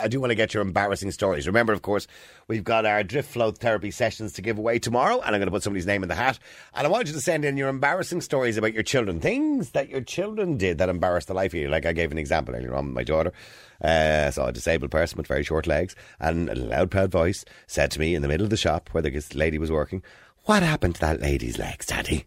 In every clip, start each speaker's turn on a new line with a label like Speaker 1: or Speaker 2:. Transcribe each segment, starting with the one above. Speaker 1: I do want to get your embarrassing stories. Remember, of course, we've got our drift flow therapy sessions to give away tomorrow, and I'm going to put somebody's name in the hat. And I want you to send in your embarrassing stories about your children, things that your children did that embarrassed the life of you. Like I gave an example earlier on, my daughter uh, saw a disabled person with very short legs, and a loud, proud voice said to me in the middle of the shop where the lady was working, "What happened to that lady's legs, Daddy?"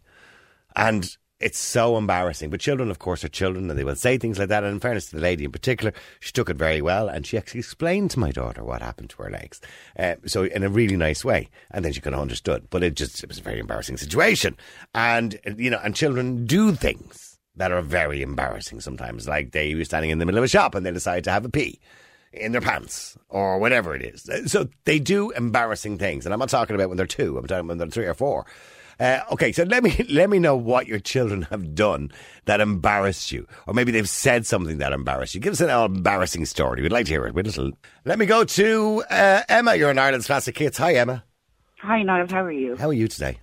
Speaker 1: And it's so embarrassing. But children, of course, are children and they will say things like that. And in fairness to the lady in particular, she took it very well and she actually explained to my daughter what happened to her legs. Uh, so, in a really nice way. And then she kind of understood. But it just, it was a very embarrassing situation. And, you know, and children do things that are very embarrassing sometimes. Like they were standing in the middle of a shop and they decide to have a pee in their pants or whatever it is. Uh, So they do embarrassing things, and I'm not talking about when they're two. I'm talking about when they're three or four. Uh, okay, so let me let me know what your children have done that embarrassed you, or maybe they've said something that embarrassed you. Give us an embarrassing story. We'd like to hear it. We'd little. Let me go to uh, Emma. You're in Ireland's classic kids. Hi, Emma.
Speaker 2: Hi, Niall. How are you?
Speaker 1: How are you today?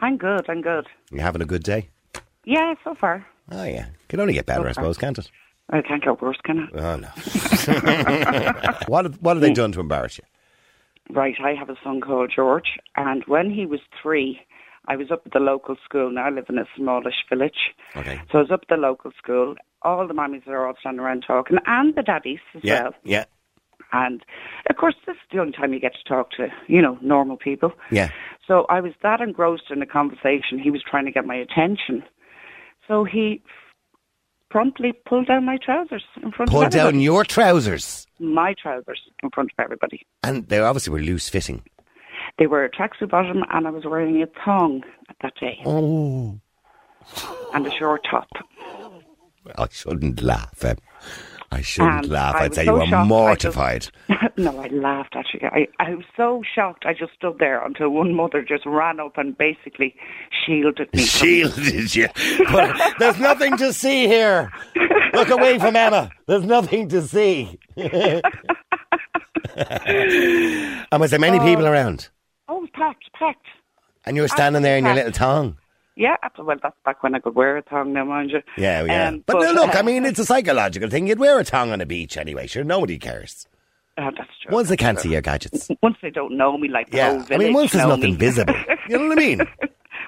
Speaker 2: I'm good. I'm good.
Speaker 1: You having a good day?
Speaker 2: Yeah, so far.
Speaker 1: Oh yeah, can only get better, I suppose, can't it?
Speaker 2: I can't get worse, can I?
Speaker 1: Oh no. what have, what have they done to embarrass you?
Speaker 2: Right. I have a son called George, and when he was three, I was up at the local school. Now I live in a smallish village,
Speaker 1: Okay.
Speaker 2: so I was up at the local school. All the mummies are all standing around talking, and the daddies as
Speaker 1: Yeah,
Speaker 2: well.
Speaker 1: yeah,
Speaker 2: And of course, this is the only time you get to talk to you know normal people.
Speaker 1: yeah.
Speaker 2: So I was that engrossed in the conversation. He was trying to get my attention. So he promptly pulled down my trousers in front
Speaker 1: Pull
Speaker 2: of everybody.
Speaker 1: down your trousers,
Speaker 2: my trousers in front of everybody.
Speaker 1: and they obviously were loose fitting.
Speaker 2: They were a tracksuit bottom and I was wearing a thong at that day
Speaker 1: Oh,
Speaker 2: and a short top.
Speaker 1: I shouldn't laugh. Em. I shouldn't
Speaker 2: And
Speaker 1: laugh.
Speaker 2: I
Speaker 1: I'd
Speaker 2: was
Speaker 1: say
Speaker 2: so
Speaker 1: you were
Speaker 2: shocked, I just-
Speaker 1: mortified.
Speaker 2: no, I laughed actually. I, I was so shocked I just stood there until one mother just ran up and basically shielded me. from-
Speaker 1: Shielded you. But there's nothing to see here. Look away from Emma. There's nothing to see. and was there many people around?
Speaker 2: oh, it was packed, packed.
Speaker 1: And you were standing there in your little tongue.
Speaker 2: Yeah, after- well, that's back when I could wear a thong now, mind you.
Speaker 1: Yeah, yeah.
Speaker 2: Um,
Speaker 1: but, no, look, I
Speaker 2: uh,
Speaker 1: mean, it's a psychological thing. You'd wear a tongue on a beach anyway. Sure, nobody cares.
Speaker 2: uh, that's true.
Speaker 1: Once they can't see your gadgets.
Speaker 2: Once they don't know me, like the whole
Speaker 1: Yeah. I
Speaker 2: village
Speaker 1: mean, once there's
Speaker 2: know
Speaker 1: nothing
Speaker 2: me.
Speaker 1: visible. You know what I mean?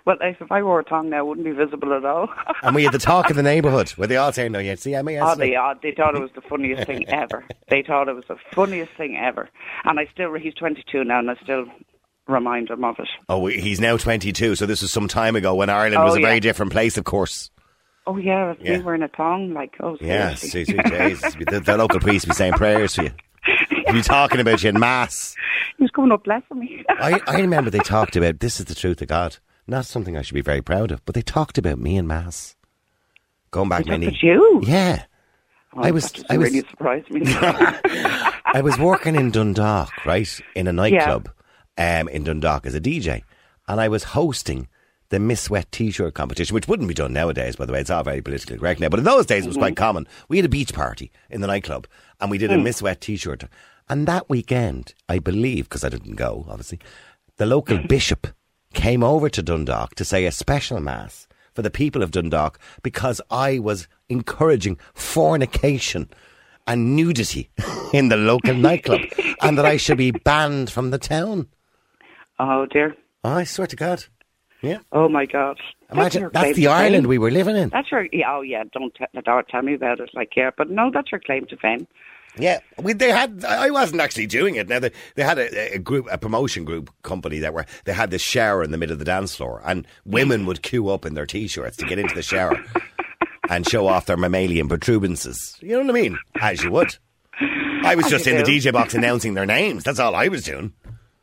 Speaker 2: well, if if I wore a thong now, it wouldn't be visible at all.
Speaker 1: And we had the talk of the neighbourhood where they all saying, no, you see Emma
Speaker 2: Oh,
Speaker 1: yesterday.
Speaker 2: they, oh, they thought it was the funniest thing ever. They thought it was the funniest thing ever. And I still, he's 22 now, and I still remind him of it.
Speaker 1: Oh, he's now 22, so this was some time ago when Ireland
Speaker 2: Oh,
Speaker 1: was a very
Speaker 2: yeah.
Speaker 1: different place, of course.
Speaker 2: Oh, yeah, if
Speaker 1: Yeah.
Speaker 2: we were in a thong, like, oh,
Speaker 1: Yes,
Speaker 2: seriously.
Speaker 1: see, see, Jesus. The, the local priest be saying prayers for you. Be talking about you in mass.
Speaker 2: He was coming up blessing me.
Speaker 1: I, I remember they talked about this is the truth of God. Not something I should be very proud of, but they talked about me in mass. Going back
Speaker 2: Look
Speaker 1: many.
Speaker 2: at you.
Speaker 1: Yeah,
Speaker 2: Oh,
Speaker 1: I was-
Speaker 2: That just
Speaker 1: I was-
Speaker 2: really surprised me.
Speaker 1: I was working in Dundalk, right, in a nightclub, um, in Dundalk as a DJ, and I was hosting the Miss Wet T-shirt competition, which wouldn't be done nowadays, by the way. It's all very politically correct now, but in those days it was quite common. We had a beach party in the nightclub, and we did a Miss Wet T-shirt, and that weekend, I believe, because I didn't go, obviously, the local bishop came over to Dundalk to say a special mass for the people of Dundalk because I was encouraging fornication and nudity in the local nightclub and that I should be banned from the town.
Speaker 2: oh, dear.
Speaker 1: I swear to God. Yeah.
Speaker 2: Oh, my God.
Speaker 1: Imagine
Speaker 2: your
Speaker 1: that's
Speaker 2: claim
Speaker 1: the
Speaker 2: to
Speaker 1: Ireland
Speaker 2: fame.
Speaker 1: we were living in.
Speaker 2: That's your, yeah, oh, yeah, don't, t- don't tell me about it, like, yeah. But no, that's your claim to fame.
Speaker 1: Yeah, we, they had. I wasn't actually doing it. Now they, they had a, a group, a promotion group company that were. They had this shower in the middle of the dance floor, and women would queue up in their t-shirts to get into the shower and show off their mammalian protuberances. You know what I mean? As you would. I was
Speaker 2: As
Speaker 1: just
Speaker 2: you
Speaker 1: in the
Speaker 2: do.
Speaker 1: DJ box announcing their names. That's all I was doing,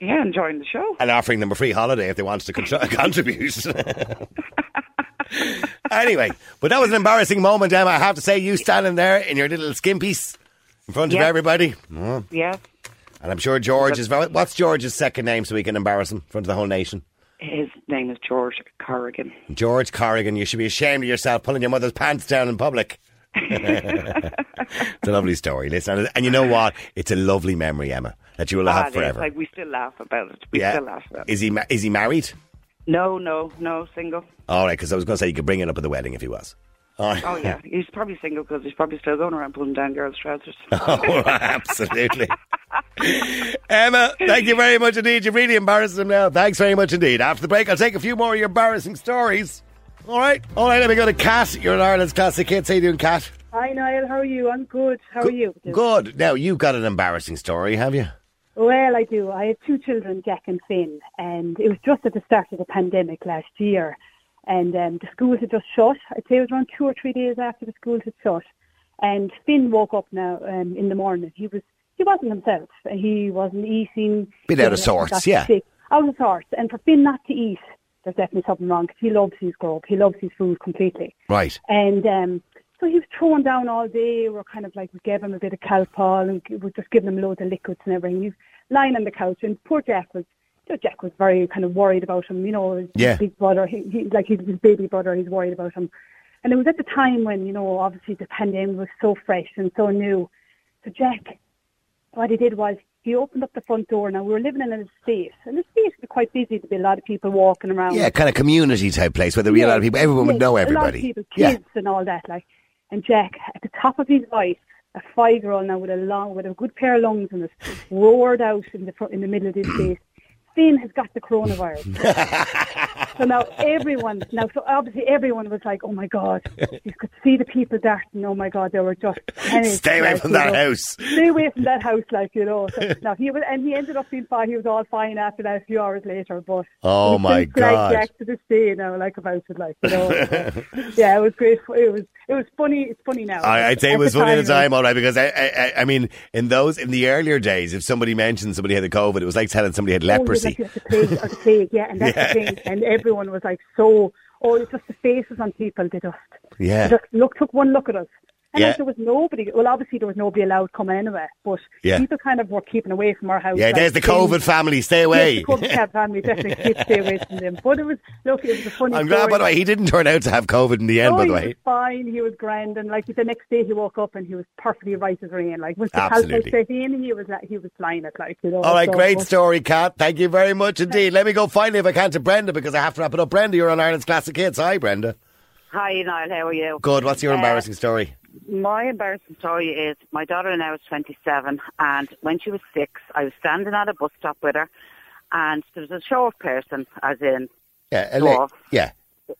Speaker 2: Yeah, enjoying the show.
Speaker 1: and offering them a free holiday if they wanted to contri- contribute. anyway, but that was an embarrassing moment, Emma. I have to say, you standing there in your little skimpies in front of
Speaker 2: Yeah.
Speaker 1: everybody.
Speaker 2: Yeah.
Speaker 1: And I'm sure George is very. What's George's second name so we can embarrass him in front of the whole nation?
Speaker 2: His name is George Corrigan.
Speaker 1: George Corrigan, you should be ashamed of yourself pulling your mother's pants down in public. it's a lovely story, listen. And you know what? It's a lovely memory, Emma. that you will
Speaker 3: Ah,
Speaker 1: have
Speaker 3: it is.
Speaker 1: forever.
Speaker 3: Like we still laugh about it. We still laugh about it.
Speaker 1: Is he ma- is he married?
Speaker 3: No, no, no, single.
Speaker 1: All right, because I was going to say you could bring it up at the wedding if he was. All right.
Speaker 3: Oh yeah, he's probably single because he's probably still going around pulling down girls' trousers.
Speaker 1: Oh, absolutely. Emma, thank you very much indeed. You've really embarrassed him now. Thanks very much indeed. After the break, I'll take a few more of your embarrassing stories. All right. All right, let me go to Kat. You're an Ireland's classic kid. How you doing, Kat?
Speaker 4: Hi Niall, how are you? I'm good. How are you?
Speaker 1: Good. Now, you've got an embarrassing story, have you?
Speaker 4: Well, I do. I have two children, Jack and Finn, and it was just at the start of the pandemic last year, and um, the schools had just shut. I'd say it was around two or three days after the schools had shut, and Finn woke up now um, in the morning. He was he wasn't himself. He wasn't eating.
Speaker 1: Bit
Speaker 4: He
Speaker 1: out of
Speaker 4: got
Speaker 1: sorts, yeah.
Speaker 4: sick. Out of sorts, and for Finn not to eat, there's definitely something wrong 'cause he loves his grub. He loves his food completely.
Speaker 1: Right.
Speaker 4: And um, so he was thrown down all day. We were kind of like, we gave him a bit of Calpol and we were just giving him loads of liquids and everything. He was lying on the couch and poor Jack was, you know, Jack was very kind of worried about him, you know, his
Speaker 1: Yeah.
Speaker 4: big brother, he, he, like his his baby brother, he's worried about him. And it was at the time when, you know, obviously the pandemic was so fresh and so new. So Jack what he did was he opened up the front door. Now we were living in an estate, and the estate was quite busy. There'd be a lot of people walking around.
Speaker 1: Yeah, kind of community type place where there would be a lot of people. Everyone would
Speaker 4: yeah,
Speaker 1: know
Speaker 4: Um, A lot
Speaker 1: everybody.
Speaker 4: of people,
Speaker 1: yeah.
Speaker 4: kids and all that. Like, and Jack at the top of his voice, a five-year-old now with a long, with a good pair of lungs and this roared out in the front, in the middle of his face. Finn has got the coronavirus. so now everyone, now so obviously everyone was like, "Oh my god!" You could see the people darting. Oh my god, they were just panicked,
Speaker 1: Stay away
Speaker 4: like,
Speaker 1: from
Speaker 4: you
Speaker 1: that
Speaker 4: know
Speaker 1: house.
Speaker 4: stay away from that house, like you know. So, no, he was, and he ended up being fine. He was all fine after that, a few hours later. But
Speaker 1: Oh,
Speaker 4: he's
Speaker 1: my
Speaker 4: since, like,
Speaker 1: God.
Speaker 4: Back to this day now, like about it, like you know. So, yeah, it was great. It was it was funny. It's funny now.
Speaker 1: I, I'd say it
Speaker 4: At
Speaker 1: was
Speaker 4: the
Speaker 1: funny at the
Speaker 4: it was-
Speaker 1: time, all right, because I, I, I- I mean, in those, in the earlier days, if somebody mentioned somebody had the COVID, it was like telling somebody had leprosy.
Speaker 4: Oh, yeah, that's it, the plague, or the plague, yeah, and that's the thing. And everyone was like, so, oh, it's just the faces on people, they just,
Speaker 1: Yeah.
Speaker 4: they just look, took one look at us. And
Speaker 1: Yeah.
Speaker 4: like, there was nobody, well, obviously there was nobody allowed coming anywhere, but
Speaker 1: Yeah.
Speaker 4: people kind of were keeping away from our house.
Speaker 1: Yeah,
Speaker 4: like,
Speaker 1: there's the
Speaker 4: things-
Speaker 1: COVID family. Stay
Speaker 4: Yes,
Speaker 1: away.
Speaker 4: the COVID cat family definitely did stay away from them. But it was, look, it was a funny
Speaker 1: I'm glad,
Speaker 4: story.
Speaker 1: by the way, he didn't turn out to have COVID in the end,
Speaker 4: Oh,
Speaker 1: by
Speaker 4: he
Speaker 1: the
Speaker 4: was
Speaker 1: way.
Speaker 4: fine. He was grand, and like the next day, he woke up and he was perfectly right as rain. Like once the
Speaker 1: Absolutely.
Speaker 4: Absolutely. set in, he was like, he was flying it like you know.
Speaker 1: All right,
Speaker 4: so-
Speaker 1: great
Speaker 4: but-
Speaker 1: story, Kat. Thank you very much indeed. Let me go finally, if I can, to Brenda because I have to wrap it up. Brenda, you're on Ireland's Classic Hits. Hi, Brenda.
Speaker 2: Hi, Niall. How are you?
Speaker 1: Good. What's your
Speaker 2: Uh,
Speaker 1: embarrassing story?
Speaker 2: My embarrassing story is my daughter now is 27, and when she was six, I was standing at a bus stop with her, and there was a short person, as in
Speaker 1: Yeah, a li-
Speaker 2: dwarf.
Speaker 1: yeah.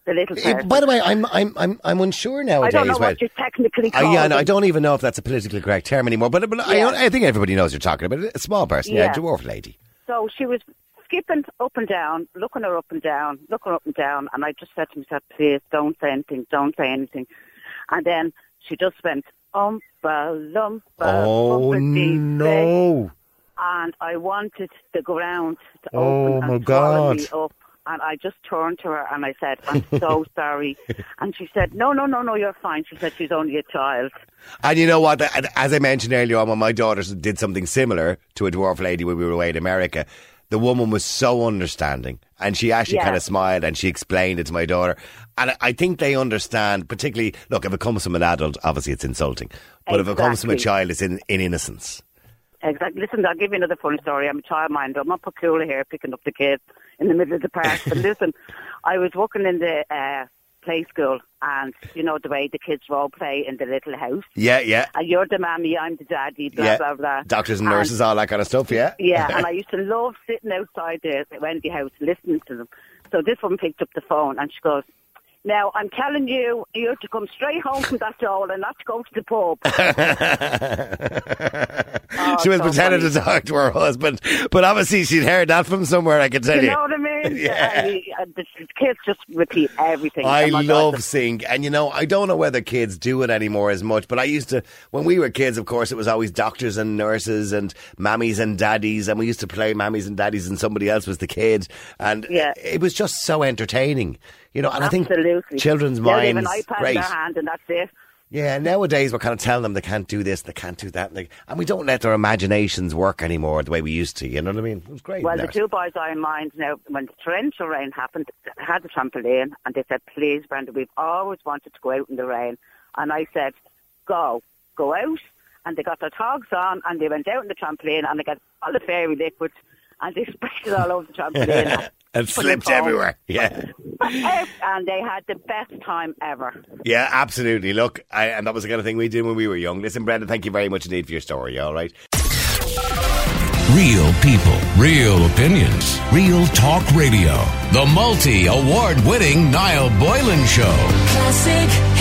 Speaker 2: the little
Speaker 1: Eh,
Speaker 2: person.
Speaker 1: By the way, I'm I'm I'm I'm unsure
Speaker 2: I
Speaker 1: nowadays.
Speaker 2: don't know
Speaker 1: whether-
Speaker 2: what you're technically
Speaker 1: I,
Speaker 2: called.
Speaker 1: Uh, yeah, no, I don't even know if that's a politically correct term anymore. But, but I
Speaker 2: Yeah.
Speaker 1: I, I think everybody knows you're talking about a small person, yeah,
Speaker 2: Yeah.
Speaker 1: a dwarf lady.
Speaker 2: So she was skipping up and down, looking her up and down, looking her up and down, and I just said to myself, please don't say anything, don't say anything. And then she just went, umpa, lumpa,
Speaker 1: oh
Speaker 2: bumpity, bang.
Speaker 1: no!
Speaker 2: and I wanted the ground to
Speaker 1: Oh,
Speaker 2: open
Speaker 1: my
Speaker 2: and swallow
Speaker 1: God.
Speaker 2: me up. And I just turned to her and I said, "I'm so sorry." And she said, "No, no, no, no, you're fine." She said, "She's only a child."
Speaker 1: And you know what? And As I mentioned earlier on, when my daughters did something similar to a dwarf lady when we were away in America, the woman was so understanding. And she actually
Speaker 2: Yeah.
Speaker 1: kind of smiled and she explained it to my daughter. And I- I think they understand, particularly, look, if it comes from an adult, obviously it's insulting. But if it comes from a
Speaker 2: Exactly.
Speaker 1: child, it's in, in innocence.
Speaker 2: Exactly. Listen, I'll give you another funny story. I'm a childminder. I'm not peculiar here, picking up the kids in the middle of the park. But listen, I was working in the uh, play school, and you know the way the kids role play in the little house.
Speaker 1: Yeah, yeah.
Speaker 2: And you're the mammy, I'm the daddy, blah
Speaker 1: yeah.
Speaker 2: blah blah.
Speaker 1: Doctors and
Speaker 2: And-
Speaker 1: nurses, all that kind of stuff, yeah?
Speaker 2: Yeah, and I used to love sitting outside the Wendy house listening to them. So this one picked up the phone and she goes, Now I'm telling you, you're to come straight home from that door and not to go to the pub. Oh,
Speaker 1: she was
Speaker 2: so
Speaker 1: pretending
Speaker 2: funny.
Speaker 1: to talk to her husband, but obviously she'd heard that from somewhere, I can tell you.
Speaker 2: You know what I mean?
Speaker 1: Yeah.
Speaker 2: I mean, uh, the kids just repeat everything.
Speaker 1: I
Speaker 2: Oh my God,
Speaker 1: love seeing, and you know, I don't know whether kids do it anymore as much, but I used to, when we were kids, of course, it was always doctors and nurses and mammies and daddies, and we used to play mammies and daddies, and somebody else was the kid, and
Speaker 2: Yeah.
Speaker 1: it was just so entertaining, you know. And I
Speaker 2: Absolutely.
Speaker 1: think children's
Speaker 2: They'll leave an
Speaker 1: minds,
Speaker 2: iPad in
Speaker 1: great.
Speaker 2: their hand and that's it.
Speaker 1: Yeah, nowadays we're kind of telling them they can't do this, they can't do that, and, they, and we don't let their imaginations work anymore the way we used to. You know what I mean? It was great.
Speaker 2: Well,
Speaker 1: Nars.
Speaker 2: the two boys I in mind now, when the torrential rain happened, I had the trampoline, and they said, "Please, Brenda, we've always wanted to go out in the rain." And I said, "Go, go out." and they got their togs on and they went out on the trampoline and they got all the fairy liquid and they sprayed it all over the trampoline.
Speaker 1: and slipped everywhere. Yeah.
Speaker 2: and they had the best time ever.
Speaker 1: Yeah, absolutely. Look, I, and that was the kind of thing we did when we were young. Listen, Brenda, thank you very much indeed for your story, all right?
Speaker 5: Real people, real opinions, real talk radio. The multi award winning Niall Boylan Show.
Speaker 6: Classic